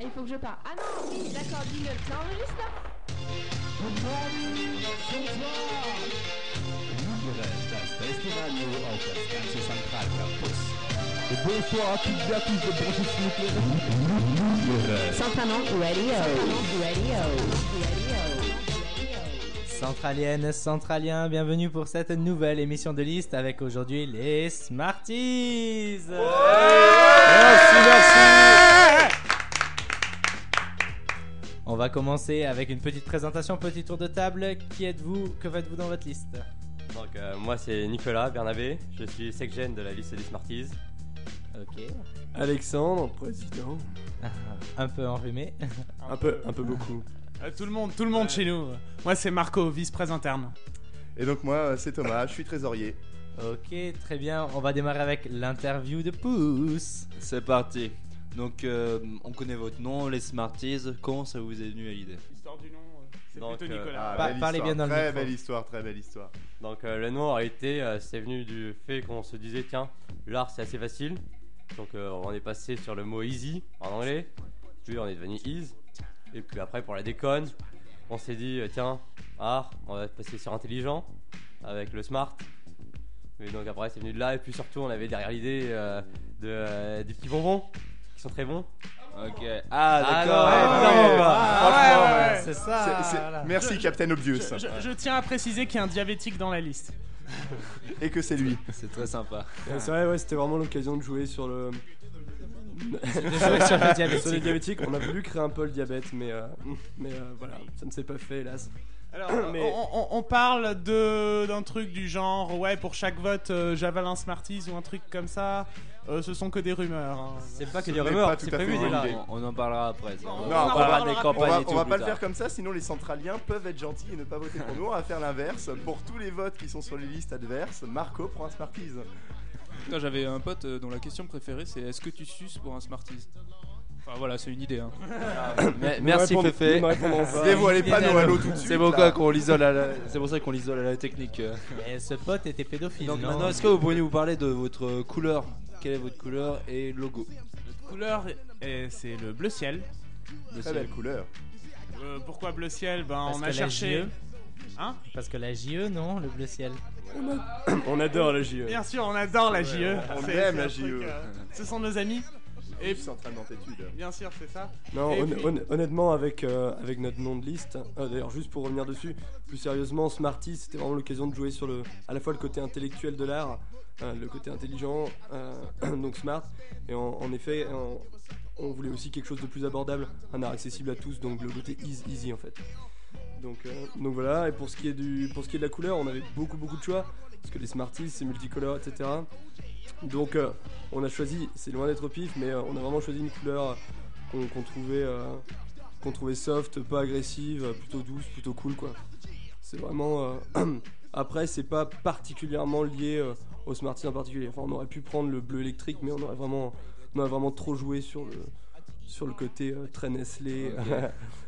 Et il faut que je parle. Ah non, oui, d'accord, jingle. Ça enregistre là Et bonsoir à toutes et à tous de Brochet s'il vous plaît. Saint-Amand Radio. Centraliennes, Centraliens, bienvenue pour cette nouvelle émission de liste avec aujourd'hui les Smarties Merci, merci. On va commencer avec une petite présentation, petit tour de table. Qui êtes-vous Que faites-vous dans votre liste Donc euh, moi c'est Nicolas Bernabé, je suis sexgène de la liste des Smarties. Ok. Alexandre, président. Un peu enrhumé. Un peu, un peu beaucoup. Euh, tout le monde, tout le monde chez nous. Moi, c'est Marco, vice-président interne. Et donc moi, euh, c'est Thomas, je suis trésorier. Ok, très bien. On va démarrer avec l'interview de Pouce. C'est parti. Donc, euh, on connaît votre nom, les Smarties. Comment ça vous est venu à l'idée Histoire du nom, c'est Donc, plutôt plutôt euh, Nicolas. Nicolas. Pa- Ah, belle parlez bien histoire, dans le Très micro. belle histoire, très belle histoire. Donc euh, le nom en réalité euh, c'est venu du fait qu'on se disait tiens l'art c'est assez facile. Donc euh, on est passé sur le mot easy en anglais, puis on est devenu ease. Et puis après pour la déconne, on s'est dit euh, tiens art on va passer sur intelligent avec le smart. Mais donc après c'est venu de là et puis surtout on avait derrière l'idée euh, de, euh, des petits bonbons qui sont très bons. Ok. Ah, non, d'accord. ouais, ouais, non, ouais. bah, Ah, franchement, ouais, ouais, ouais. C'est ça. C'est- c'est- voilà. Merci Je- Captain Obvious. Je, je- je tiens à préciser qu'il y a un diabétique dans la liste. Et que c'est lui. C'est très sympa. Euh, C'est vrai, ouais, c'était vraiment l'occasion de jouer sur le. Désolé sur le diabétique. sur les diabétiques. On a voulu créer un peu le diabète, mais, euh, mais euh, voilà, ça ne s'est pas fait, hélas. Alors, Mais- on, on- on parle de d'un truc du genre, ouais, pour chaque vote, euh, j'avale un Smarties ou un truc comme ça. Euh, ce sont que des rumeurs. hein. C'est pas que Ce des n'est rumeurs, pas tout c'est à fait prévu une déjà. idée. On, on en parlera après. ça. Non, on, on en parlera parlera des plus On campagnes va, et tout on va plus pas le tard. faire comme ça, sinon les centraliens peuvent être gentils et ne pas voter pour nous. On va faire l'inverse. Pour tous les votes qui sont sur les listes adverses, Marco prend un Smarties. Putain, j'avais un pote euh, dont la question préférée c'est est-ce que tu suces pour un Smarties Enfin voilà, c'est une idée. Hein. Mais- Merci, Nous Fefe. répondons- nous répondons pas. Dévoilez pas nos Bien halos tout de suite. C'est pour, ça là. qu'on l'isole à la... c'est pour ça qu'on l'isole à la technique. euh. Mais ce pote était pédophile. Donc, non maintenant, est-ce que vous pourriez nous parler de votre couleur Quelle est votre couleur et logo Couleur, et c'est le bleu ciel. Très belle couleur. Euh, pourquoi bleu ciel Ben, Parce on que a la cherché. JE. Hein Parce que la JE, non, le bleu ciel. On adore la JE. Bien sûr, on adore la JE. on C'est- aime c'est un la truc, JE. euh, ce sont nos amis. Et Et puis centralement têtude. bien sûr, c'est ça. Non, Et hon- puis- hon- honnêtement, avec, euh, avec notre nom de liste, euh, d'ailleurs, juste pour revenir dessus, plus sérieusement, Smarties, c'était vraiment l'occasion de jouer sur le, à la fois le côté intellectuel de l'art, euh, le côté intelligent, euh, donc smart, et en, en effet, on, on voulait aussi quelque chose de plus abordable, un art accessible à tous, donc le côté easy, easy en fait. Donc, euh, donc voilà, et pour ce, qui est du, pour ce qui est de la couleur, on avait beaucoup beaucoup de choix, parce que les Smarties, c'est multicolore, etc. Donc euh, on a choisi, c'est loin d'être au pif, mais euh, on a vraiment choisi une couleur qu'on qu'on trouvait, euh, qu'on trouvait soft, pas agressive, euh, plutôt douce, plutôt cool quoi. C'est vraiment. euh, Après, c'est pas particulièrement lié euh, au Smarties en particulier. Enfin, on aurait pu prendre le bleu électrique, mais on aurait vraiment, on aurait vraiment trop joué sur le, sur le côté euh, très Nestlé, euh,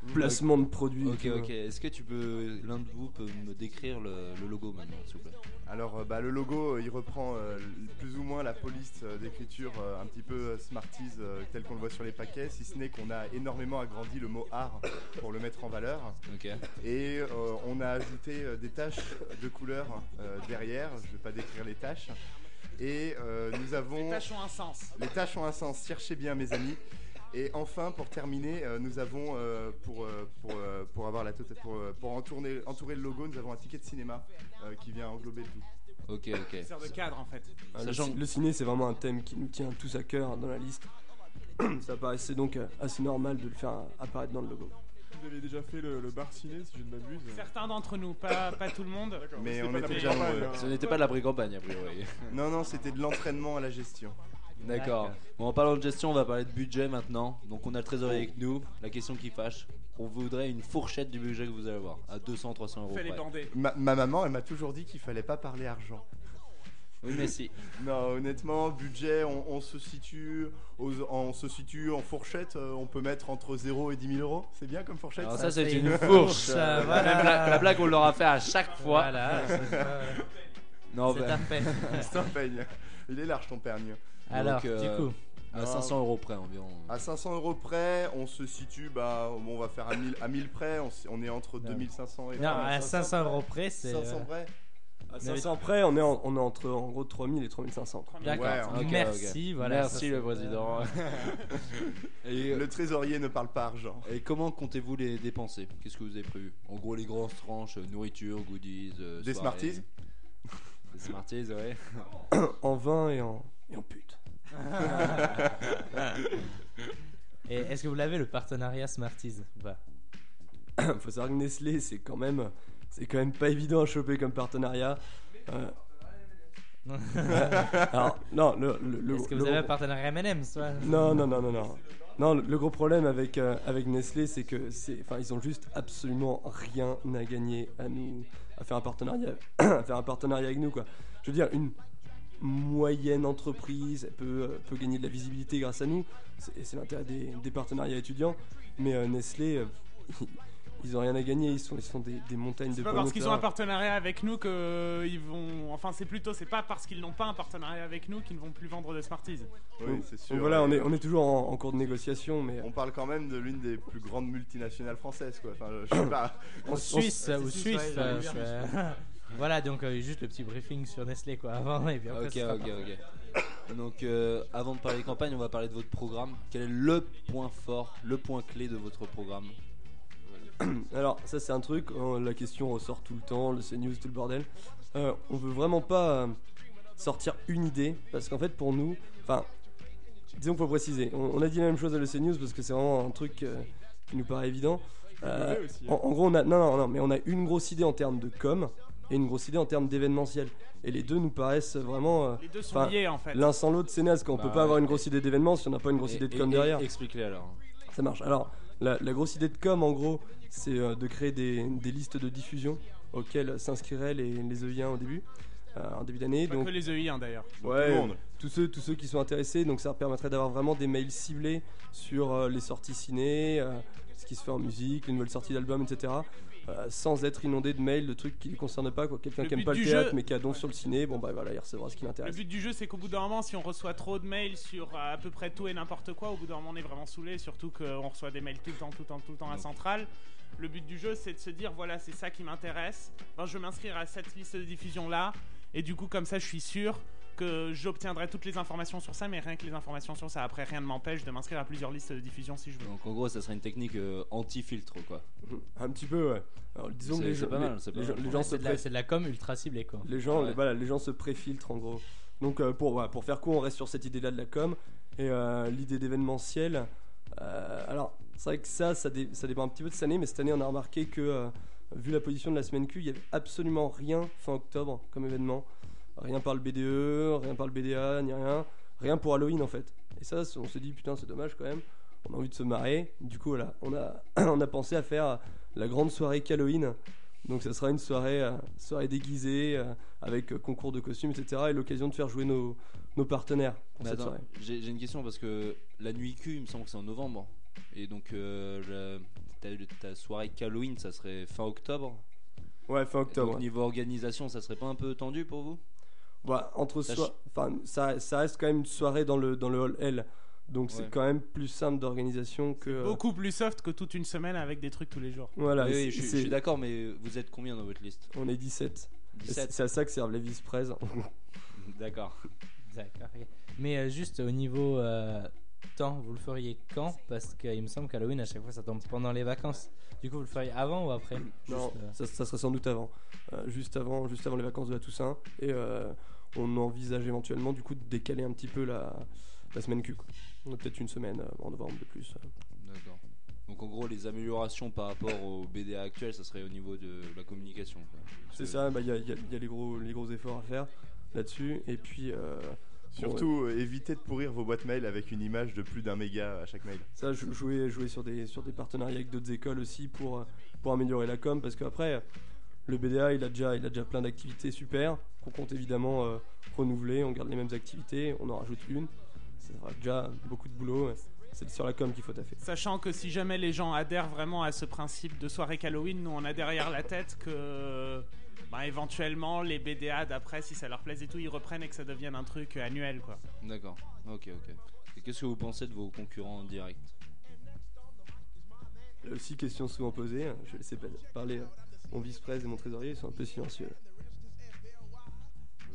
Ok. placement de produits. et Ok, tout, euh. ok. Est-ce que tu peux, l'un de vous peut me décrire le, le logo maintenant, s'il vous plaît Alors euh, bah, le logo, euh, il reprend euh, l- plus ou moins la police euh, d'écriture euh, un petit peu euh, Smarties euh, telle qu'on le voit sur les paquets, si ce n'est qu'on a énormément agrandi le mot art pour le mettre en valeur. Ok. Et euh, on a ajouté euh, des taches de couleur euh, derrière, je ne vais pas décrire les taches. Et euh, nous Les avons... tâches ont un sens. Les tâches ont un sens, cherchez bien mes amis. Et enfin, pour terminer, euh, nous avons, euh, pour, euh, pour, euh, pour, avoir la totale- pour, euh, pour entourner- entourer le logo, nous avons un ticket de cinéma euh, qui vient englober le tout. Ok, ok. Ça sert de cadre en fait. Euh, le, Sachant ci- que- le ciné, c'est vraiment un thème qui nous tient tous à cœur dans la liste. Ça paraissait donc euh, assez normal de le faire euh, apparaître dans le logo. Vous avez déjà fait le, le bar ciné, si je ne m'abuse. Certains d'entre nous, pas, pas tout le monde. D'accord, Mais c'était on pas était la déjà campagne, nombreux. hein. Ce n'était pas de la pré-campagne, a priori. Non, non, c'était de l'entraînement à la gestion. D'accord. Bon, en parlant de gestion, on va parler de budget maintenant. Donc, on a le trésorier avec nous. La question qui fâche on voudrait une fourchette du budget que vous allez avoir à 200, 300 euros. Fais les près. bandés. Ma, ma maman, elle m'a toujours dit qu'il fallait pas parler argent. Oui, mais si. Non, honnêtement, budget, on, on se, situe aux- on se situe en fourchette. euh, on peut mettre entre 0 et 10 000 euros. C'est bien comme fourchette Ah, Alors, ça, ça c'est c'est une une fourche. fourche, Euh, voilà. Même la, la blague, on l'aura fait à chaque fois. Voilà, c'est ça. Non, C'est bah, Oh, ben. un fait. C'est un peigne. Il est large ton peigne. Alors, euh, du coup, À Ah. 500 euros près environ. À 500 euros près, on se situe, bah, bon, on va faire à 1000, à 1000 près, on, s- on est entre 2500 et Non, à 2500 500 euros près, c'est. euh, euh, 500 près À Mais- 500 Ah, près, on est, en- on est entre en gros 3000 et 3500. quoi. D'accord. Ouais, ok, ok. Merci, voilà. euh, Merci le président. et, euh, Le trésorier ne parle pas argent. et comment comptez-vous les dépenser Qu'est-ce que vous avez prévu En gros, les grosses tranches, euh, nourriture, goodies. euh, Des soirées. Smarties Des Smarties, ouais. En vin et en, et en pute. Et est-ce que vous l'avez le partenariat Smarties ou pas Faut savoir que Nestlé, c'est quand même, c'est quand même pas évident à choper comme partenariat. Euh, Alors, non, le, le, le- Est-ce que le vous avez gros- un partenariat M&M's toi Non, non, non, non, non. Non, le, le gros problème avec, euh, avec Nestlé, c'est que c'est, enfin, ils ont juste absolument rien à gagner à nous, à faire un partenariat, à faire un partenariat avec nous, quoi. Je veux dire, une moyenne entreprise elle peut, euh, peut gagner de la visibilité grâce à nous. C'est, et c'est l'intérêt des, des partenariats étudiants. Mais euh, Nestlé, euh, ils ont rien à gagner. Ils sont, ils sont des, des montagnes de C'est pas parce qu'ils ont un promoteurs. partenariat avec nous que euh, ils vont. Enfin, c'est plutôt, c'est pas parce qu'ils n'ont pas un partenariat avec nous qu'ils ne vont plus vendre de Smarties. Oui, c'est sûr. Donc voilà, on Et est, on est toujours en, en cours de négociation, mais euh, on parle quand même de l'une des plus grandes multinationales françaises, quoi. Enfin, je sais pas. En Suisse, c'est ou Suisse, Suisse. ouais, euh, j'allais euh, voilà, donc euh, juste le petit briefing sur Nestlé quoi avant et puis après. Ok, ce sera ok, parti. ok. Donc, euh, avant de parler des campagnes, on va parler de votre programme. Quel est le point fort, le point clé de votre programme Alors ça c'est un truc, euh, la question ressort tout le temps, le CNews, tout le bordel. Euh, on veut vraiment pas euh, sortir une idée, parce qu'en fait pour nous, enfin, disons pour préciser, on, on a dit la même chose à le CNews parce que c'est vraiment un truc euh, qui nous paraît évident. Euh, Mauvais hein. aussi, en, en gros, on a, non, non, non, mais on a une grosse idée en termes de com et une grosse idée en termes d'événementiel. Et les deux nous paraissent vraiment... euh, Les deux sont Enfin, liés en fait. L'un sans l'autre, c'est naze quand on Bah peut pas ouais. avoir une grosse idée d'événement si on n'a pas une grosse Et- idée de et- com et- derrière. Expliquez alors. Ça marche. Alors, la, la grosse idée de com, en gros, c'est euh, de créer des, des listes de diffusion auxquelles s'inscriraient les, les œilliens au début, euh, en début d'année. Pas Donc, que les EI hein, d'ailleurs. ouais, Tout le monde. tous ceux, tous ceux qui sont intéressés, donc ça permettrait d'avoir vraiment des mails ciblés sur euh, les sorties ciné, euh, ce qui se fait en musique, les nouvelles sorties d'albums, etc. euh, sans être inondé de mails, de trucs qui ne les concernent pas. quoi. Quelqu'un Le qui but aime pas le du théâtre, jeu- mais qui a don sur le ciné, bon bah voilà, il recevra ce qui Le l'intéresse. but du jeu, c'est qu'au bout d'un moment, si on reçoit trop de mails sur euh, à peu près tout et n'importe quoi, au bout d'un moment, on est vraiment saoulé. Surtout qu'on reçoit des mails tout le temps, tout le temps, tout le temps à Donc. Centrale. Le but du jeu, c'est de se dire voilà, c'est ça qui m'intéresse. Ben, je vais m'inscrire à cette liste de diffusion là. Et du coup, comme ça, je suis sûr que j'obtiendrai toutes les informations sur ça, mais rien que les informations sur ça. Après, rien ne m'empêche de m'inscrire à plusieurs listes de diffusion si je veux. Donc, en gros, ça serait une technique euh, anti-filtre, quoi. Un petit peu, ouais. Alors, disons que C'est- les c'est gens- pas les- mal, c'est pas les mal. gens- les gens se C'est de, la- pré- c'est de la com ultra ciblée quoi. Les gens, Ouais. les- voilà, les gens se préfiltrent en gros. Donc euh, pour, voilà, pour faire court, on reste sur cette idée-là de la com. Et euh, l'idée d'événementiel, euh, alors c'est vrai que ça, ça, dé- ça dépend un petit peu de cette année, mais cette année on a remarqué que, euh, vu la position de la semaine Q, il n'y avait absolument rien fin octobre comme événement. Rien par le BDE, rien par le BDA, ni rien. Rien pour Halloween en fait. Et ça, on se dit putain c'est dommage quand même. On a envie de se marrer. Du coup voilà, on a, on a pensé à faire euh, la grande soirée Halloween. Donc ça sera une soirée, euh, soirée déguisée. euh, avec euh, concours de costumes, etc. et l'occasion de faire jouer nos, nos partenaires pour Mais cette Bah, attends, soirée. j'ai j'ai une question parce que la nuit Q, il me semble que c'est en novembre. Et donc, euh, la- ta, ta soirée Halloween, ça serait fin octobre. Ouais, fin Et octobre. Donc, ouais. niveau organisation, ça serait pas un peu tendu pour vous Bah, entre Ça soi- enfin, ça, ça reste quand même une soirée dans le, dans le hall L. Donc Ouais. c'est quand même plus simple d'organisation que. euh, Beaucoup plus soft que toute une semaine avec des trucs tous les jours. Voilà, Oui, c'est- oui, je, suis- je c'est- suis d'accord, mais vous êtes combien dans votre liste on est 17. Et c'est- 17. C'est à ça que servent les vice-prés. D'accord. D'accord. ok. Mais euh, juste au niveau euh, temps, vous le feriez quand Parce qu'il me semble qu'Halloween à chaque fois ça tombe pendant les vacances. Du coup, vous le feriez avant ou après Non, Juste, euh, ça, ça serait sans doute avant. Euh, juste avant. Juste avant les vacances de la Toussaint. Et euh, on envisage éventuellement du coup de décaler un petit peu la, la semaine Q. quoi. On a peut-être une semaine euh, en novembre de plus. euh. D'accord. Donc en gros, les améliorations par rapport au BDA actuel, ça serait au niveau de la communication. quoi. Euh, Parce C'est que- ça, bah, il y, a- y a- y a les gros, les gros efforts à faire là-dessus. Et puis, euh, Surtout, euh, évitez de pourrir vos boîtes mail avec une image de plus d'un méga à chaque mail. ça, jou- jouer, jouer sur, des, sur des partenariats avec d'autres écoles aussi pour, euh, pour améliorer la com. Parce qu'après, le BDA, il a déjà, il a déjà plein d'activités super qu'on compte évidemment euh, renouveler. On garde les mêmes activités, on en rajoute une. Ça fera déjà beaucoup de boulot. ouais. C'est sur la com qu'il faut taffer. Sachant que si jamais les gens adhèrent vraiment à ce principe de soirée Halloween, nous on a derrière la tête que bah, éventuellement les BDA d'après, si ça leur plaise et tout, ils reprennent et que ça devienne un truc annuel euh, quoi. D'accord. Ok, ok. Et qu'est-ce que vous pensez de vos concurrents en direct Là aussi, question souvent posée. hein, Je vais laisser pa- parler euh, mon vice-presse et mon trésorier, ils sont un peu silencieux.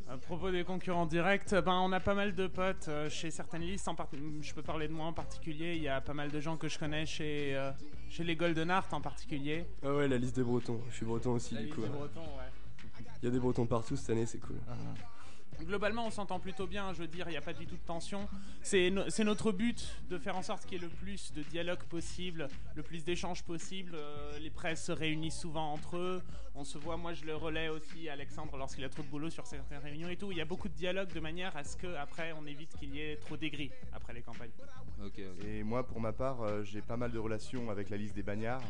À propos des concurrents directs, ben on a pas mal de potes euh, chez certaines listes. En part- Je peux parler de moi en particulier. Il y a pas mal de gens que je connais chez, euh, chez les Golden Art en particulier. Ah ouais, la liste des Bretons. Je suis breton aussi, du coup. hein. Il y a des Bretons partout cette année, c'est cool. Globalement, on s'entend plutôt bien. Je veux dire, il n'y a pas du tout de tension. C'est no- c'est notre but de faire en sorte qu'il y ait le plus de dialogue possible, le plus d'échanges possible. Euh, les presses se réunissent souvent entre eux. On se voit, moi je le relais aussi à Alexandre lorsqu'il a trop de boulot sur certaines réunions et tout. Il y a beaucoup de dialogue de manière à ce que après on évite qu'il y ait trop d'aigris après les campagnes. Ok, ok. Et moi, pour ma part, euh, j'ai pas mal de relations avec la liste des bagnards.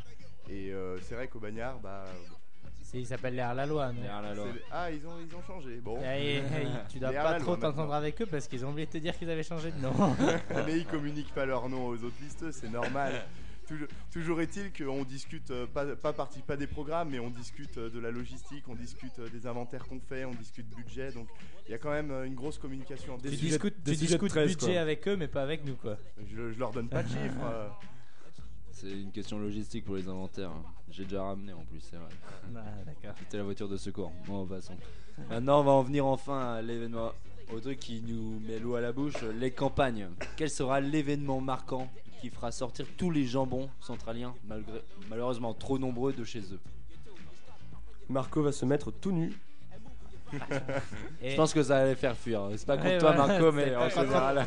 Et euh, c'est vrai qu'aux bagnards, bah. C'est- Il s'appelle les Arlalois, non Derrière la loi. c'est- Ah, ils ont, ils ont changé. Bon. Hey, hey, tu dois Les pas Arlalois, trop t'entendre maintenant. avec eux parce qu'ils ont oublié de te dire qu'ils avaient changé de nom. mais ils communiquent pas leur nom aux autres listes, c'est normal. Toujours, toujours est-il qu'on discute euh, pas, pas, parti- pas des programmes, mais on discute euh, de la logistique, on discute euh, des inventaires qu'on fait, on discute budget. Donc il y a quand même euh, une grosse communication. entre tu eux. discutes, des tu sujets de discutes 13, budget quoi. avec eux, mais pas avec nous, quoi. Je, je leur donne pas de chiffres. euh. C'est une question logistique pour les inventaires. hein. J'ai déjà ramené en plus, c'est vrai. Ah, d'accord. C'était la voiture de secours. Bon, passons. Maintenant, on va en venir enfin à l'événement, au truc qui nous met l'eau à la bouche, les campagnes. Quel sera l'événement marquant qui fera sortir tous les jambons centraliens, malgré, malheureusement trop nombreux de chez eux Marco va se mettre tout nu. Et Je pense que ça allait faire fuir. C'est pas contre Ouais, toi, voilà, Marco, c'est mais pas en contre- général.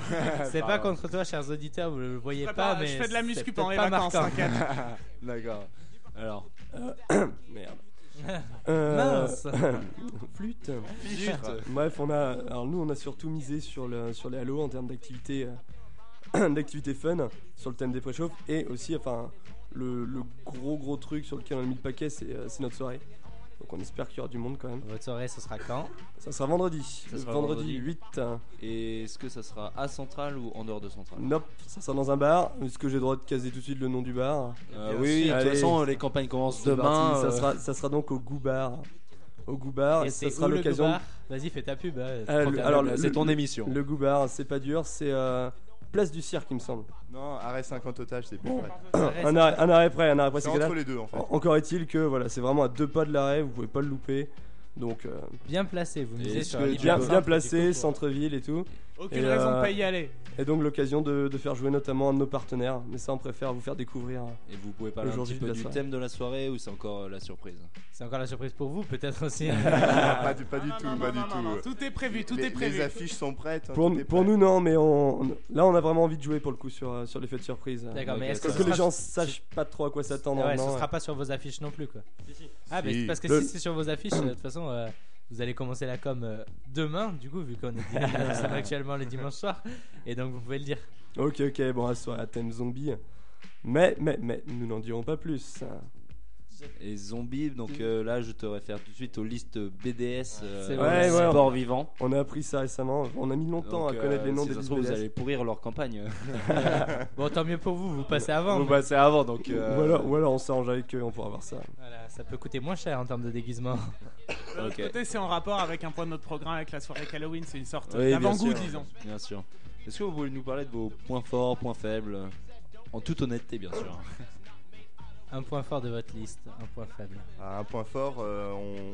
c'est pas contre toi, chers auditeurs, vous le voyez Je pas, prépare- mais. bah, je fais de la c'est muscu peut-être pendant les pas vacances, marquant. t'inquiète. D'accord. Alors, Merde. hein. Euh, Mince. Flûte. Chiffres. Bref, on a, alors nous, on a surtout misé sur, le, sur les halos en termes d'activités euh, d'activités fun, sur le thème des préchauffes, et aussi, enfin, le, le gros gros truc sur lequel on a mis le paquet, c'est euh, c'est notre soirée. Donc on espère qu'il y aura du monde quand même. Votre soirée, ce sera quand Ça sera vendredi. le sera vendredi, vendredi. 8. hein. et est-ce que ça sera à Centrale ou en dehors de Centrale Nope, ça sera dans un bar. Est-ce que j'ai le droit de caser tout de suite le nom du bar Euh, Bien Oui, sûr. de toute Allez. façon, les campagnes commencent C'est demain. parti, ça, euh, sera, ça sera donc au Goût Bar. Au Goût Bar, et, Et ça c'est Ah, sera où le l'occasion. Goubard Vas-y, fais ta pub. euh, Ah, le- prends ta alors, pub. le- C'est ton émission. Le Goût Bar, c'est pas dur, c'est euh, Place du Cirque, il me semble. Non, arrêt 50 otages, c'est plus vrai. un, arrêt, un arrêt près, un arrêt près, C'est c'est galère. entre les deux en fait. En- Encore est-il que voilà, c'est vraiment à deux pas de l'arrêt, vous pouvez pas le louper. Donc euh, Bien placé, vous me Et disiez est-ce sur que l'île tu bien, de bien Saint, placé, du coup, pour- centre-ville et tout. Aucune Et, raison euh, de pas y aller. Et donc l'occasion de, de faire jouer notamment un de nos partenaires. Mais ça, on préfère vous faire découvrir. Et vous pouvez parler un Aujourd'hui petit peu de la du soirée. thème de la soirée ou c'est encore euh, la surprise C'est encore la surprise pour vous, peut-être aussi. pas du, pas du Ah Non, non, non, tout, non, pas du non, tout. non, non, Tout est prévu, tout les, est prévu. les affiches sont prêtes. hein, Pour, tout est pour prêt. nous, non, mais on, on- là, on a vraiment envie de jouer pour le coup sur, euh, sur l'effet de surprise. D'accord, mais Ok, est-ce Que, que, ça que ce les sera- gens sachent pas trop à quoi s'attendre. Ouais, ce non, sera pas sur vos affiches non plus, quoi. Ah, Si. mais c'est parce que Le- si c'est sur vos affiches, euh, de toute façon, euh, vous allez commencer la com euh, demain, du coup, vu qu'on est, nous sommes actuellement le dimanche soir. Et donc, vous pouvez le dire. euh. Ok, ok, bon, à ce soir, à thème zombie. Mais, mais, mais, nous n'en dirons pas plus. Et zombies, donc euh, là je te réfère tout de suite aux listes BDS, C'est euh, vrai. Ouais, ouais. sport vivant. On a appris ça récemment, on a mis longtemps Donc, à connaître euh, les noms si des ça se trouve, vous BDS. allez pourrir leur campagne. Bon, tant mieux pour vous, vous passez avant. Vous mais- passez avant, donc. Ou- euh, Ou, alors, ou alors on s'arrange avec eux, on pourra voir ça. Voilà, ça peut coûter moins cher en termes de déguisement. De l'autre Ok. côté, c'est en rapport avec un point de notre programme avec la soirée Halloween, c'est une sorte Oui, bien d'avant-goût, sûr. disons. Bien sûr. Est-ce que vous pouvez nous parler de vos points forts, points faibles En toute honnêteté, bien sûr. Un point fort de votre liste, un point faible. À un point fort, euh,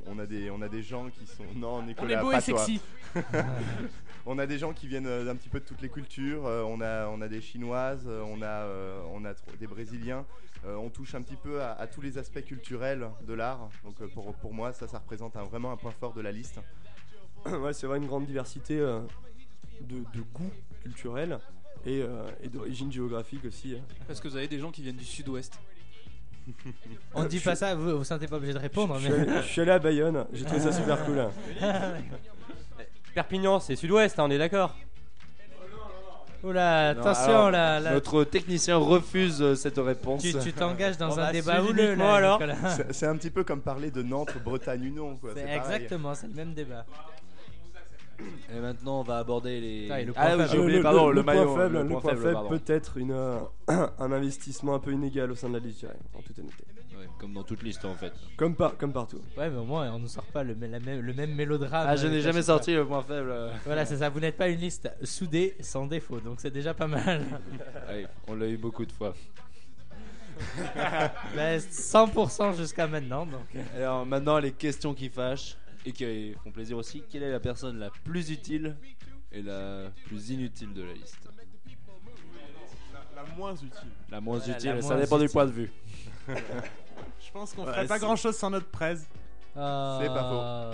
on, on a des, on a des gens qui sont. Non, On Nicolas, est beau pas et toi. sexy. On a des gens qui viennent euh, d'un petit peu de toutes les cultures. euh, on a, on a des chinoises, euh, on a, euh, on a tro- des brésiliens. Euh, on touche un petit peu à, à tous les aspects culturels de l'art. Donc euh, pour, pour moi, ça, ça représente un- vraiment un point fort de la liste. ouais, c'est vrai, une grande diversité euh, de, de goûts culturels et, euh, et d'origine géographique aussi. euh. Parce que vous avez des gens qui viennent du sud-ouest. On Euh, dit je- pas ça, vous vous sentez pas obligé de répondre, je, mais. suis allé, je suis allé à Bayonne, j'ai trouvé ça super cool. Ah, Perpignan, c'est sud-ouest, hein, on est d'accord. Oula, Non, attention alors, là, là, Notre technicien refuse euh, cette réponse. tu tu t'engages dans Bon, un bah, débat suis houleux uniquement, là, alors. Nicolas. C'est c'est un petit peu comme parler de Nantes, Bretagne ou non. quoi, C'est pareil. exactement, c'est le même débat. Et maintenant, on va aborder les. Ah, et le point ah oui, faible. j'ai Le- oublié, le- pardon, le, le, le maillot. point faible, le le point faible, pardon. peut être une, euh, un investissement un peu inégal au sein de la liste, je dirais, en toute honnêteté. Ouais. ouais, comme dans toute liste en fait. Comme, par, comme partout. Ouais, mais au moins, on ne sort pas le, la même, le même mélodrame. Ah, je n'ai euh, jamais qu'à chaque sorti le point faible. euh. fois. Voilà, c'est ça. Vous n'êtes pas une liste soudée sans défaut, donc c'est déjà pas mal. Ouais, on l'a eu beaucoup de fois. Mais 100% jusqu'à maintenant, donc. Alors maintenant, les questions qui fâchent et qui font plaisir aussi. Quelle est la personne la plus utile et la plus inutile de la liste La moins utile. La moins Voilà, utile, la ça moins dépend du utile. point de vue. Je pense qu'on Ouais, ferait pas c'est- grand chose sans notre presse. C'est Ah.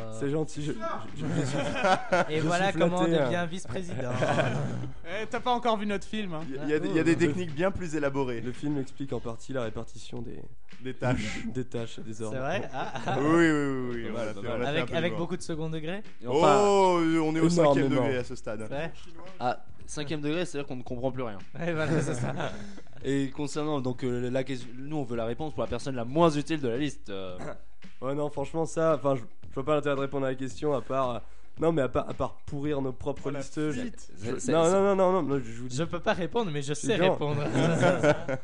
pas C'est gentil. je- je- je- Euh, Et Je voilà suis comment on flatté, hein. devient vice-président. Eh, T'as pas encore vu notre film hein Il y, a- il y a des- il y a des techniques bien plus élaborées, le film explique en partie la répartition des, des tâches. des tâches et des c'est ordres. vrai Ah, ah. Oui, oui, oui, oui, on Pas l'a mal, fait, pas on mal. l'a fait un Avec, peu avec loin. beaucoup de second degré Et enfin, Oh, on est au cinquième énormément. degré à ce stade. Ouais, ah, cinquième degré, c'est-à-dire qu'on ne comprend plus rien. Ouais, voilà, c'est ça. Et concernant donc euh, la question, nous on veut la réponse pour la personne la moins utile de la liste. euh. Ouais, non, franchement, ça, enfin, je, je vois pas l'intérêt de répondre à la question à part. euh, non, mais à part, à part pourrir nos propres la listes. C'est- je- c'est- non, non, non, non, non, non, je, je vous dis. Je peux pas répondre, mais je sais Non. répondre.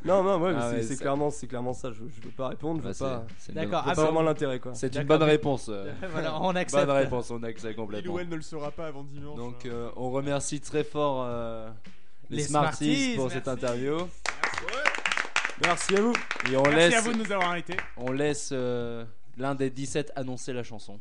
Non, non, ouais, mais Ah c'est- ouais, c'est ça- clairement, c'est clairement ça. Je, je peux pas répondre, je Bah, veux c'est- pas. c'est une D'accord. je vois Ah, pas bah, vraiment l'intérêt, quoi. bonne- C'est une D'accord. bonne réponse. euh. voilà, on accepte. Bonne réponse, on accepte Il complètement. ou elle ne le sera pas avant dimanche. Donc hein. euh, on remercie très fort euh, les, Les Smarties, Smarties, pour merci. cette interview. Merci à vous. Et on Merci à laisse, vous de nous avoir arrêtés. on laisse euh, l'un des 17 annoncer la chanson.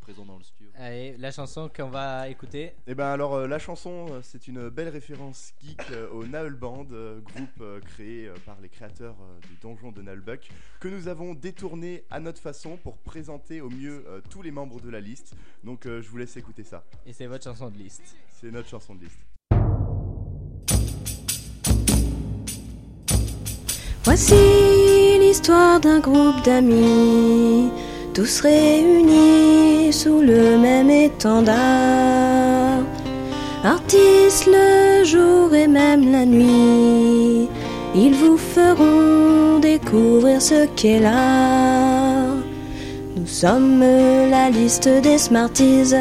Présent dans le studio. Allez, la chanson qu'on va écouter. Et ben alors euh, la chanson, euh, c'est une belle référence geek euh, au Naël Band, euh, groupe euh, créé euh, par les créateurs euh, du donjon de Nalbuck, que nous avons détourné à notre façon pour présenter au mieux euh, tous les membres de la liste. Donc euh, je vous laisse écouter ça. Et c'est votre chanson de liste. C'est notre chanson de liste. Voici l'histoire d'un groupe d'amis, tous réunis sous le même étendard. Artistes le jour et même la nuit, ils vous feront découvrir ce qu'est l'art. Nous sommes la liste des Smarties,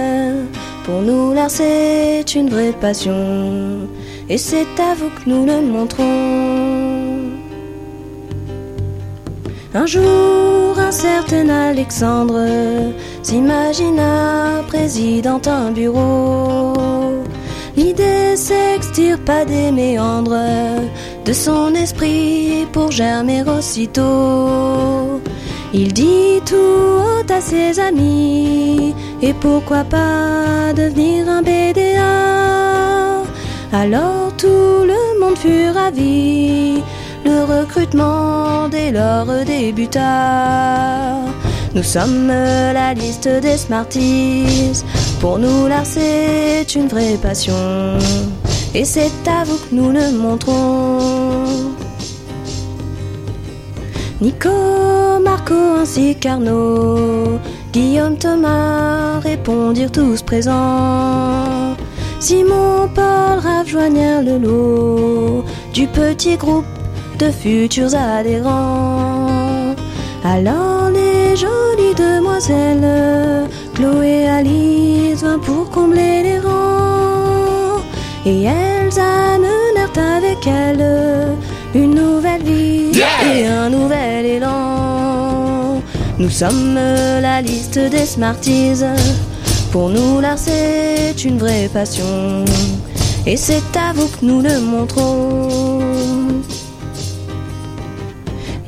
pour nous l'art c'est une vraie passion, et c'est à vous que nous le montrons. Un jour, un certain Alexandre s'imagina président un bureau. L'idée s'extirpa des méandres de son esprit pour germer aussitôt. Il dit tout haut à ses amis, et pourquoi pas devenir un BDA Alors tout le monde fut ravi, le recrutement dès lors débuta. Nous sommes la liste des Smarties, pour nous l'art c'est une vraie passion, et c'est à vous que nous le montrons. Nico, Marco ainsi qu'Arnaud, Guillaume, Thomas répondirent tous présents. Simon, Paul, Raph joignirent le lot du petit groupe de futurs adhérents. Alors les jolies demoiselles, Chloé, Alice vint pour combler les rangs. Et elles amenèrent avec elles une nouvelle vie et un nouvel élan. Nous sommes la liste des Smarties. Pour nous, l'art, c'est une vraie passion. Et c'est à vous que nous le montrons.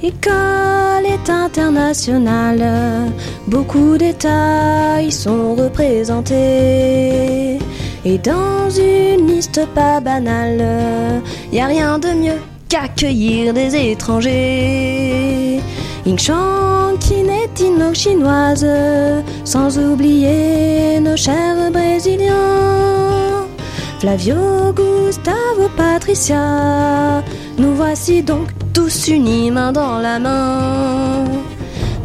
École est internationale, beaucoup d'États y sont représentés. Et dans une liste pas banale, y a rien de mieux qu'accueillir des étrangers. Yingchang qui n'est nos chinoises, sans oublier nos chers brésiliens. Flavio, Gustavo, Patricia, nous voici donc tous unis main dans la main.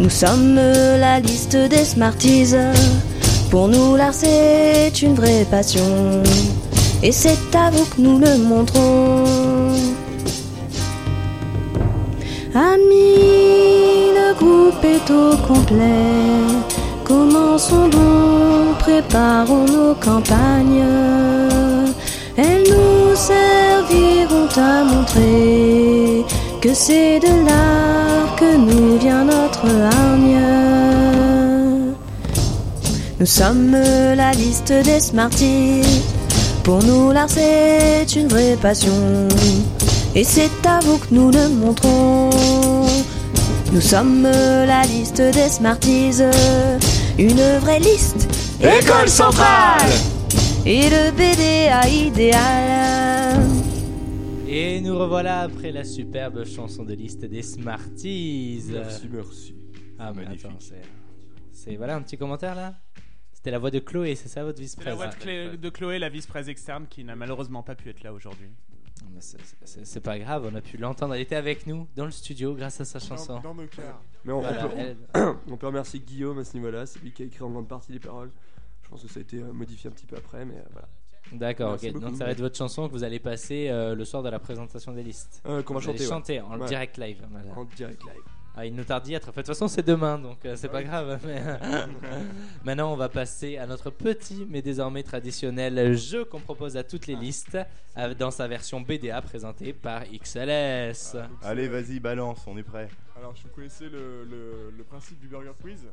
Nous sommes la liste des Smarties. Pour nous, l'art c'est une vraie passion. Et c'est à vous que nous le montrons. Amis, le groupe est au complet. Commençons donc, préparons nos campagnes. Elles nous serviront à montrer que c'est de l'art que nous vient notre hargne. Nous sommes la liste des smarties. Pour nous, l'art c'est une vraie passion. Et c'est à vous que nous le montrons. Nous sommes la liste des smarties. Une vraie liste. École centrale Et le BDA idéal. Et nous revoilà après la superbe chanson de liste des Smarties. Merci, merci. Ah, mais attends, c'est. c'est- Voilà un petit commentaire là C'était la voix de Chloé, c'est ça votre C'est la vice-président voix de Clé- de Chloé, la vice-presse externe, qui n'a malheureusement pas pu être là aujourd'hui. Ah, Mais c'est- C'est c'est pas grave, on a pu l'entendre. Elle était avec nous dans le studio grâce à sa chanson. dans nos cœurs. Mais on, on Voilà, peut, elle- on peut remercier Guillaume à ce niveau-là, c'est lui qui a écrit en grande partie les paroles. Je pense que ça a été euh, modifié un petit peu après, mais euh, voilà. D'accord, Merci ok. beaucoup. Donc ça va être votre chanson que vous allez passer euh, le soir de la présentation des listes. Euh, qu'on va Vous allez chanter, ouais. chanter en Ouais. direct live. voilà. En direct live. Ah, il nous tarde d'y être. Enfin, de toute façon, c'est demain, donc euh, c'est Ah pas oui. grave. mais- euh, Maintenant, on va passer à notre petit, mais désormais traditionnel jeu qu'on propose à toutes les listes euh, dans sa version BDA présentée par XLS. Allez, vas-y, balance, on est prêt. Alors, je vous connaissais le, le- le principe du Burger Quiz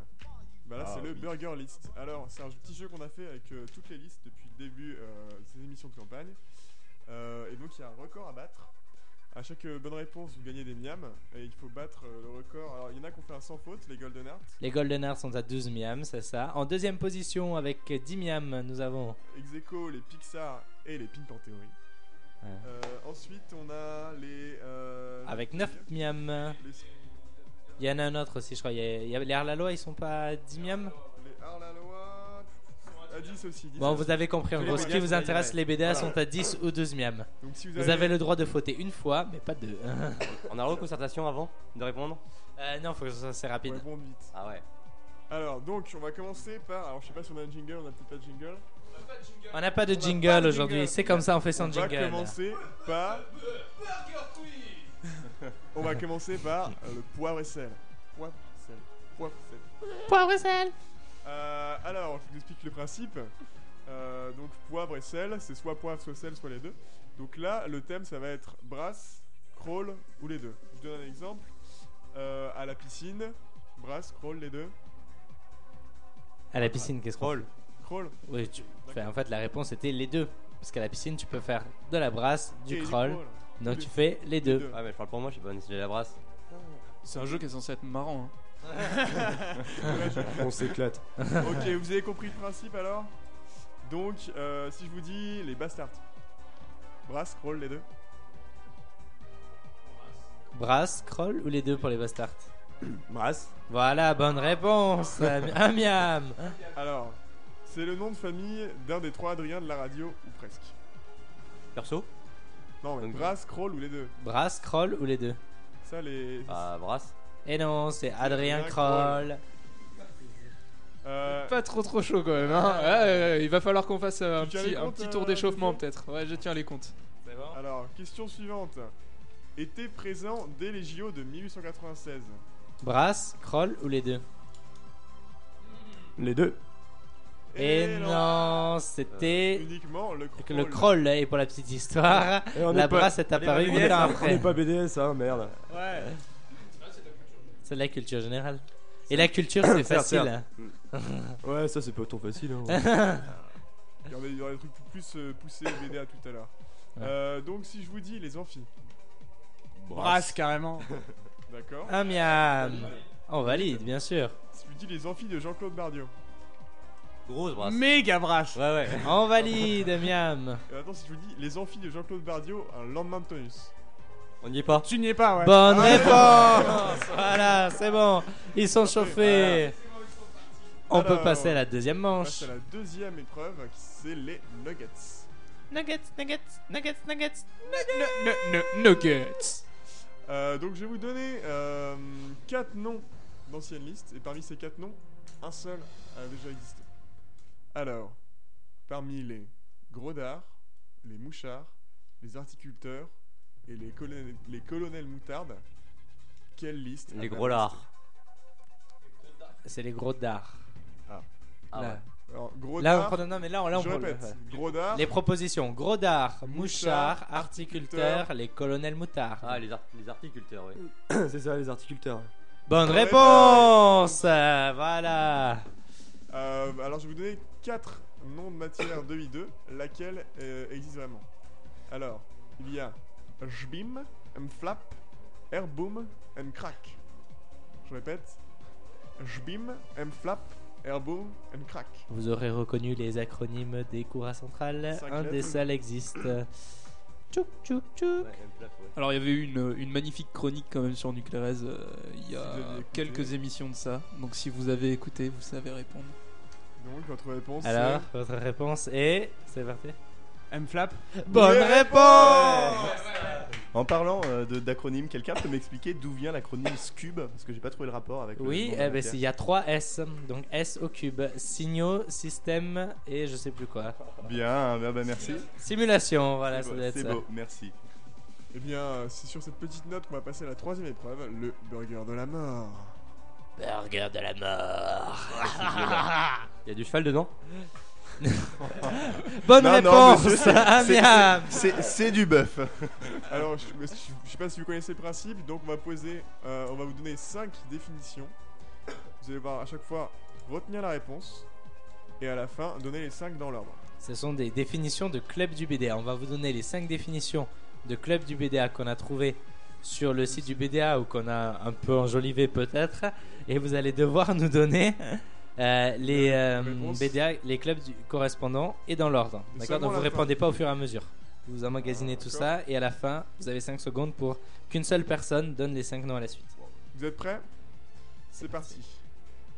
bah là, Ah, c'est le oui. Burger List. Alors, c'est un petit jeu qu'on a fait avec euh, toutes les listes depuis le début euh, de ces émissions de campagne. Euh, et donc, il y a un record à battre. À chaque euh, bonne réponse, vous gagnez des miams. Et il faut battre euh, le record. Alors, il y en a qui ont fait un sans faute, les Golden Hearts. Les Golden Arts sont à 12 miams, c'est ça. En deuxième position, avec 10 miams, nous avons. Execo, les Pixar et les Pink en théorie. Ouais. Euh, ensuite, on a les. euh, Avec 9 miams. Les, Il y en a un autre aussi, je crois. Il y a- il y a- les Arlalois, ils sont pas à 10 miams les Arlalois. À 10 aussi. 10 Bon, aussi. vous avez compris en Les gros. Ce qui BDA, vous intéresse, ouais. les BDA Voilà. sont à 10 ou 12 miams. Donc, si vous Vous avez- avez le droit de fauter une fois, mais pas deux. On a reconcertation avant de répondre Euh, non, faut que ça soit On rapide. répond vite. Ah ouais. Alors, donc, on va commencer par. Alors, je sais pas si on a un jingle, on a peut-être pas de jingle. On n'a pas de On a jingle pas de aujourd'hui, jingle. c'est comme ça, on fait sans On va jingle. commencer par. on va commencer par euh, le poivre et sel. Poivre, sel. Poivre, sel. Poivre et sel Euh, alors, je vous explique le principe. Euh, donc, poivre et sel, c'est soit poivre, soit sel, soit les deux. Donc là, le thème, ça va être brasse, crawl ou les deux. Je donne un exemple. Euh, à la piscine, brasse, crawl, les deux. À la piscine, qu'est-ce qu'on Troll. Crawl. Oui, tu- enfin, En fait, la réponse était les deux. Parce qu'à la piscine, tu peux faire de la brasse, Et du du crawl. crawl. Donc Les- tu fais les les deux. deux. Ouais, mais je parle pour moi, je sais pas si j'ai la brasse. C'est un jeu qui est censé être marrant. hein. On s'éclate. Ok, vous avez compris le principe alors Donc, euh, si je vous dis les bastards. Brasse, crawl, les deux. Brasse, crawl ou les deux pour les bastards Brasse. Voilà, bonne réponse Un miam Alors, c'est le nom de famille d'un des trois Adrien de la radio, ou presque. Perso Non, mais Ok. brasse, crawl ou les deux. Brasse, crawl ou les deux Ça, les. Ah, brasse. Et non, c'est Adrien Adrien Crawl. Euh, Pas trop trop chaud quand même. hein. Ouais, ouais, ouais, il va falloir qu'on fasse euh, un Tu tiens les petit, un comptes, petit euh, tour d'échauffement Mathieu peut-être. Ouais, je tiens les comptes. alors, question suivante. Était présent dès les JO de 1896. Brasse, crawl ou les deux Les deux. Et, Eh non, Euh, c'était Uniquement le crawl. le crawl. Et pour la petite histoire, Et Eh, on la est pas- brasse est apparue On une heure est pas- on est après. pas BDS, hein, merde. Ouais. C'est de la culture générale. Et la culture, c'est Certes, certes. facile. Ouais, ça c'est pas trop facile. hein. Il y en a- il y aura des trucs plus euh, poussés, BDA tout à l'heure. Euh, donc, si je vous dis les amphis, Brasse, carrément. d'accord Un Ah, miam On valide, bien sûr. Si je vous dis les amphis de Jean-Claude Bardio. Grosse brasse. Méga brasse. Ouais, ouais. On valide, miam Et maintenant, si je vous dis les amphis de Jean-Claude Bardio, un lendemain de tonus. On y est pas. Tu n'y es pas, ouais. Bonne réponse Voilà, c'est bon. Ils sont chauffés. On peut Alors, passer à la deuxième On manche. passe à la deuxième épreuve, qui c'est les nuggets. Nuggets, nuggets, nuggets, nuggets. Nuggets. Euh, donc, je vais vous donner 4 noms d'anciennes listes, et parmi ces 4 noms, un seul a déjà existé. Alors, parmi les grodards, les mouchards, les articulteurs et les, colonels- les colonels moutardes, quelle liste Mm. a Les vraiment gros lards. C'est les gros dards. Ah Là. ouais. Alors, gros Là, on dard, prend- non, mais là, on- là, on je prend le- répète, ouais. gros dard, Les propositions Grodard, Mouchard, Mouchard, Articulteur, les colonels Moutard. Ah, les, ar- les articulteurs, oui. C'est ça, les articulteurs. Bonne réponse Euh, Voilà Euh, alors, je vais vous donner 4 noms de matière 2i2, laquelle euh, existe vraiment. Alors, il y a Jbim, Mflap, Airboom, Mcrack. Je répète, Jbim, Mflap, Airboom, Mcrack. Vous aurez reconnu les acronymes des cours à centrale. Cinq Un des lettres. salles existe. Tchouc, tchouc, tchouc. Alors il y avait eu une, une magnifique chronique quand même sur Nuclérez euh, il y Si vous a aviez écouté. quelques émissions de ça. Donc si vous avez écouté, vous savez répondre. Donc, votre réponse Alors, votre réponse est. C'est parti M-Flap Bonne Les réponse En parlant euh, de- d'acronyme, quelqu'un peut m'expliquer d'où vient l'acronyme SCUB Parce que j'ai pas trouvé le rapport avec le Oui, nom de eh la ben, matière. c'est- il y a 3 S. Donc S au cube. Signaux, système et je sais plus quoi. Bien, bah, bah, merci. Simulation, voilà, C'est ça beau, doit être C'est ça. beau, merci. Eh bien, euh, c'est sur cette petite note qu'on va passer à la troisième épreuve, le burger de la mort. Burger de la mort. Il y a du cheval dedans Bonne Non, non, réponse ah, monsieur, c'est- Amiable c'est- c'est- C'est du bœuf. Alors, je, je- je sais pas si vous connaissez le principe, donc on va poser, euh, on va vous donner 5 définitions. Vous allez voir à chaque fois retenir la réponse et à la fin donner les 5 dans l'ordre. Ce sont des définitions de club du BDA. On va vous donner les 5 définitions de club du BDA qu'on a trouvées sur le site du BDA ou qu'on a un peu enjolivé peut-être. Et vous allez devoir nous donner euh, les euh, réponses. BDA, les clubs du- correspondants et dans l'ordre. Et D'accord seulement Donc vous la répondez pas au fur et à mesure. Vous emmagasinez Ah, tout d'accord. ça et à la fin, vous avez 5 secondes pour qu'une seule personne donne les 5 noms à la suite. Vous êtes prêts C'est parti.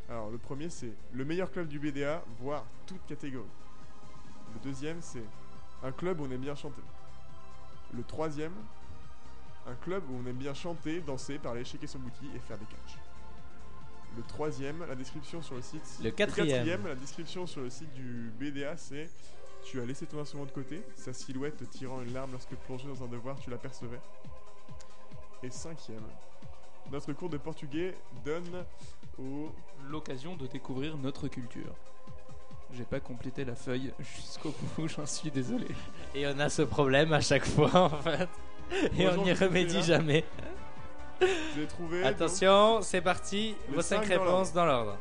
Alors, le premier, c'est le meilleur club du BDA, voire toute catégorie. Le deuxième, c'est un club où on aime bien chanter. Le troisième, un club où on aime bien chanter, danser, parler, shaker son bouti et faire des catchs. Le troisième, la description sur le site. Le quatrième. la description sur le site du BDA, c'est Tu as laissé ton instrument de côté, sa silhouette te tirant une larme lorsque plongé dans un devoir, tu l'apercevais. Et cinquième, notre cours de portugais donne au. L'occasion de découvrir notre culture. J'ai pas complété la feuille jusqu'au bout, j'en suis désolé. Et on a ce problème à chaque fois en fait. Et on Heureusement n'y que vous êtes remédie là. jamais. Vous avez trouvé. Attention, c'est parti. Les Vos 5 cinq dans réponses dans l'ordre. donc-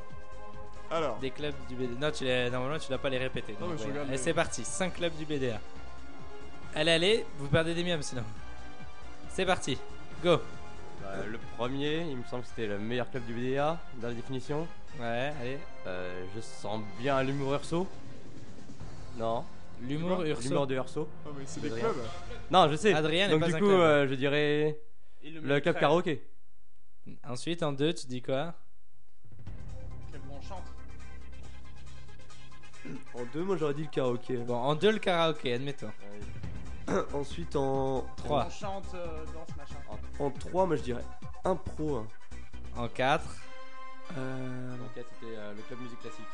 Alors, Des clubs du BDA. Non, tu les- normalement, tu ne dois pas les répéter. Non, Donc, mais je voilà. regarde Allez, les- c'est parti. 5 clubs du BDA. Allez, allez, vous perdez des miams sinon. C'est parti. Go. Euh, Le premier, il me semble que c'était le meilleur club du BDA, dans la définition. Ouais, allez. Euh, je sens bien l'humour Urso. Non. L'humour L'humour Urso. de Urso. non, mais c'est des Adrien. clubs. Non, je sais. Adrien n'est Donc pas du un coup, club. euh, je dirais le club karaoké. euh, Ensuite, en deux, tu dis quoi on chante. En deux, moi j'aurais dit le karaoké. Bon, en deux, le karaoké, admettons. Ensuite, en, Trois. On chante, euh, danse, machin. en trois, moi je dirais impro. hein. En quatre, Euh, Donc là, c'était euh, le club musique classique.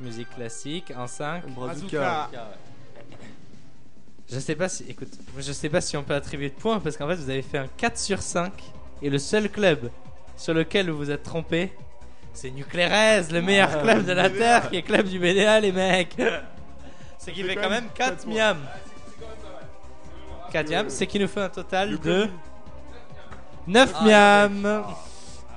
musique classique. En cinq. Brazuca. Ah, ouais. Je sais pas si, écoute, je sais pas si on peut attribuer de points parce qu'en fait vous avez fait un 4 sur 5 et le seul club sur lequel vous vous êtes trompé, c'est Nuclérez, le meilleur Ah, club de la BDA. Terre qui est club du BDA les mecs. Ce qui fait fait quand quand même même quatre 4 points. miams. 4 miams, que- ce qui nous fait un total Le de club- ah, 9 miams.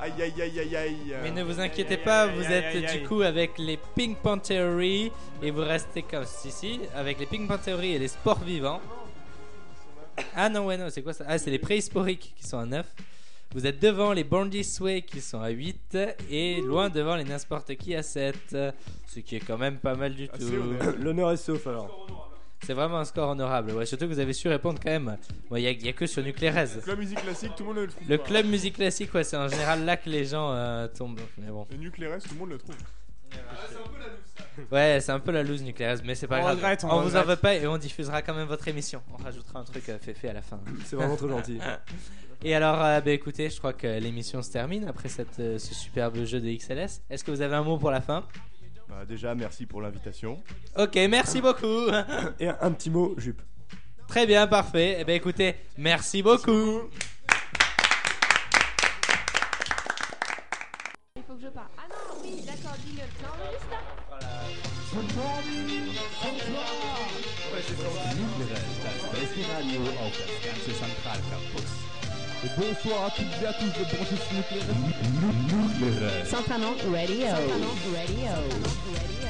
Aïe aïe aïe aïe aïe. Mais ne vous aïe, inquiétez aïe, pas, aïe, vous aïe, êtes aïe, du aïe. coup avec les Pink Panthery et vous restez comme si si avec les Pink Panthery et les sports vivants. Ah non ouais non, c'est quoi ça Ah c'est les préhistoriques qui sont à 9. Vous êtes devant les Born This Way qui sont à 8 et loin devant les n'importe qui à 7, ce qui est quand même pas mal du Assez tout. honnête. L'honneur est sauf alors. C'est vraiment un score honorable. Ouais, surtout que vous avez su répondre quand même. Bon, Il n'y a, il y a que sur Nuclérez. Club musique classique, tout le monde le trouve. Le pas. club musique classique, ouais, c'est en général là que les gens euh, tombent. Mais bon. Et Nuclérez, tout le monde le trouve. Ouais, c'est un peu la loose nucléaire, mais c'est pas On grave. regrette, on vous en regrette. veut pas et on diffusera quand même votre émission. On rajoutera un truc euh, fait fait à la fin. C'est vraiment trop gentil. Et alors, euh, bah, écoutez, je crois que l'émission se termine après cette, euh, ce superbe jeu de XLS. Est-ce que vous avez un mot pour la fin Bah, déjà, merci pour l'invitation. Ok, merci beaucoup. Et un, un petit mot, jupe. Très bien, parfait. Eh ben écoutez, merci beaucoup. Il faut que je parle. Ah non, oui, d'accord, dis-le. Non, juste là. Bonsoir à toutes et à tous de brancher sur Santana Radio. Santana Radio.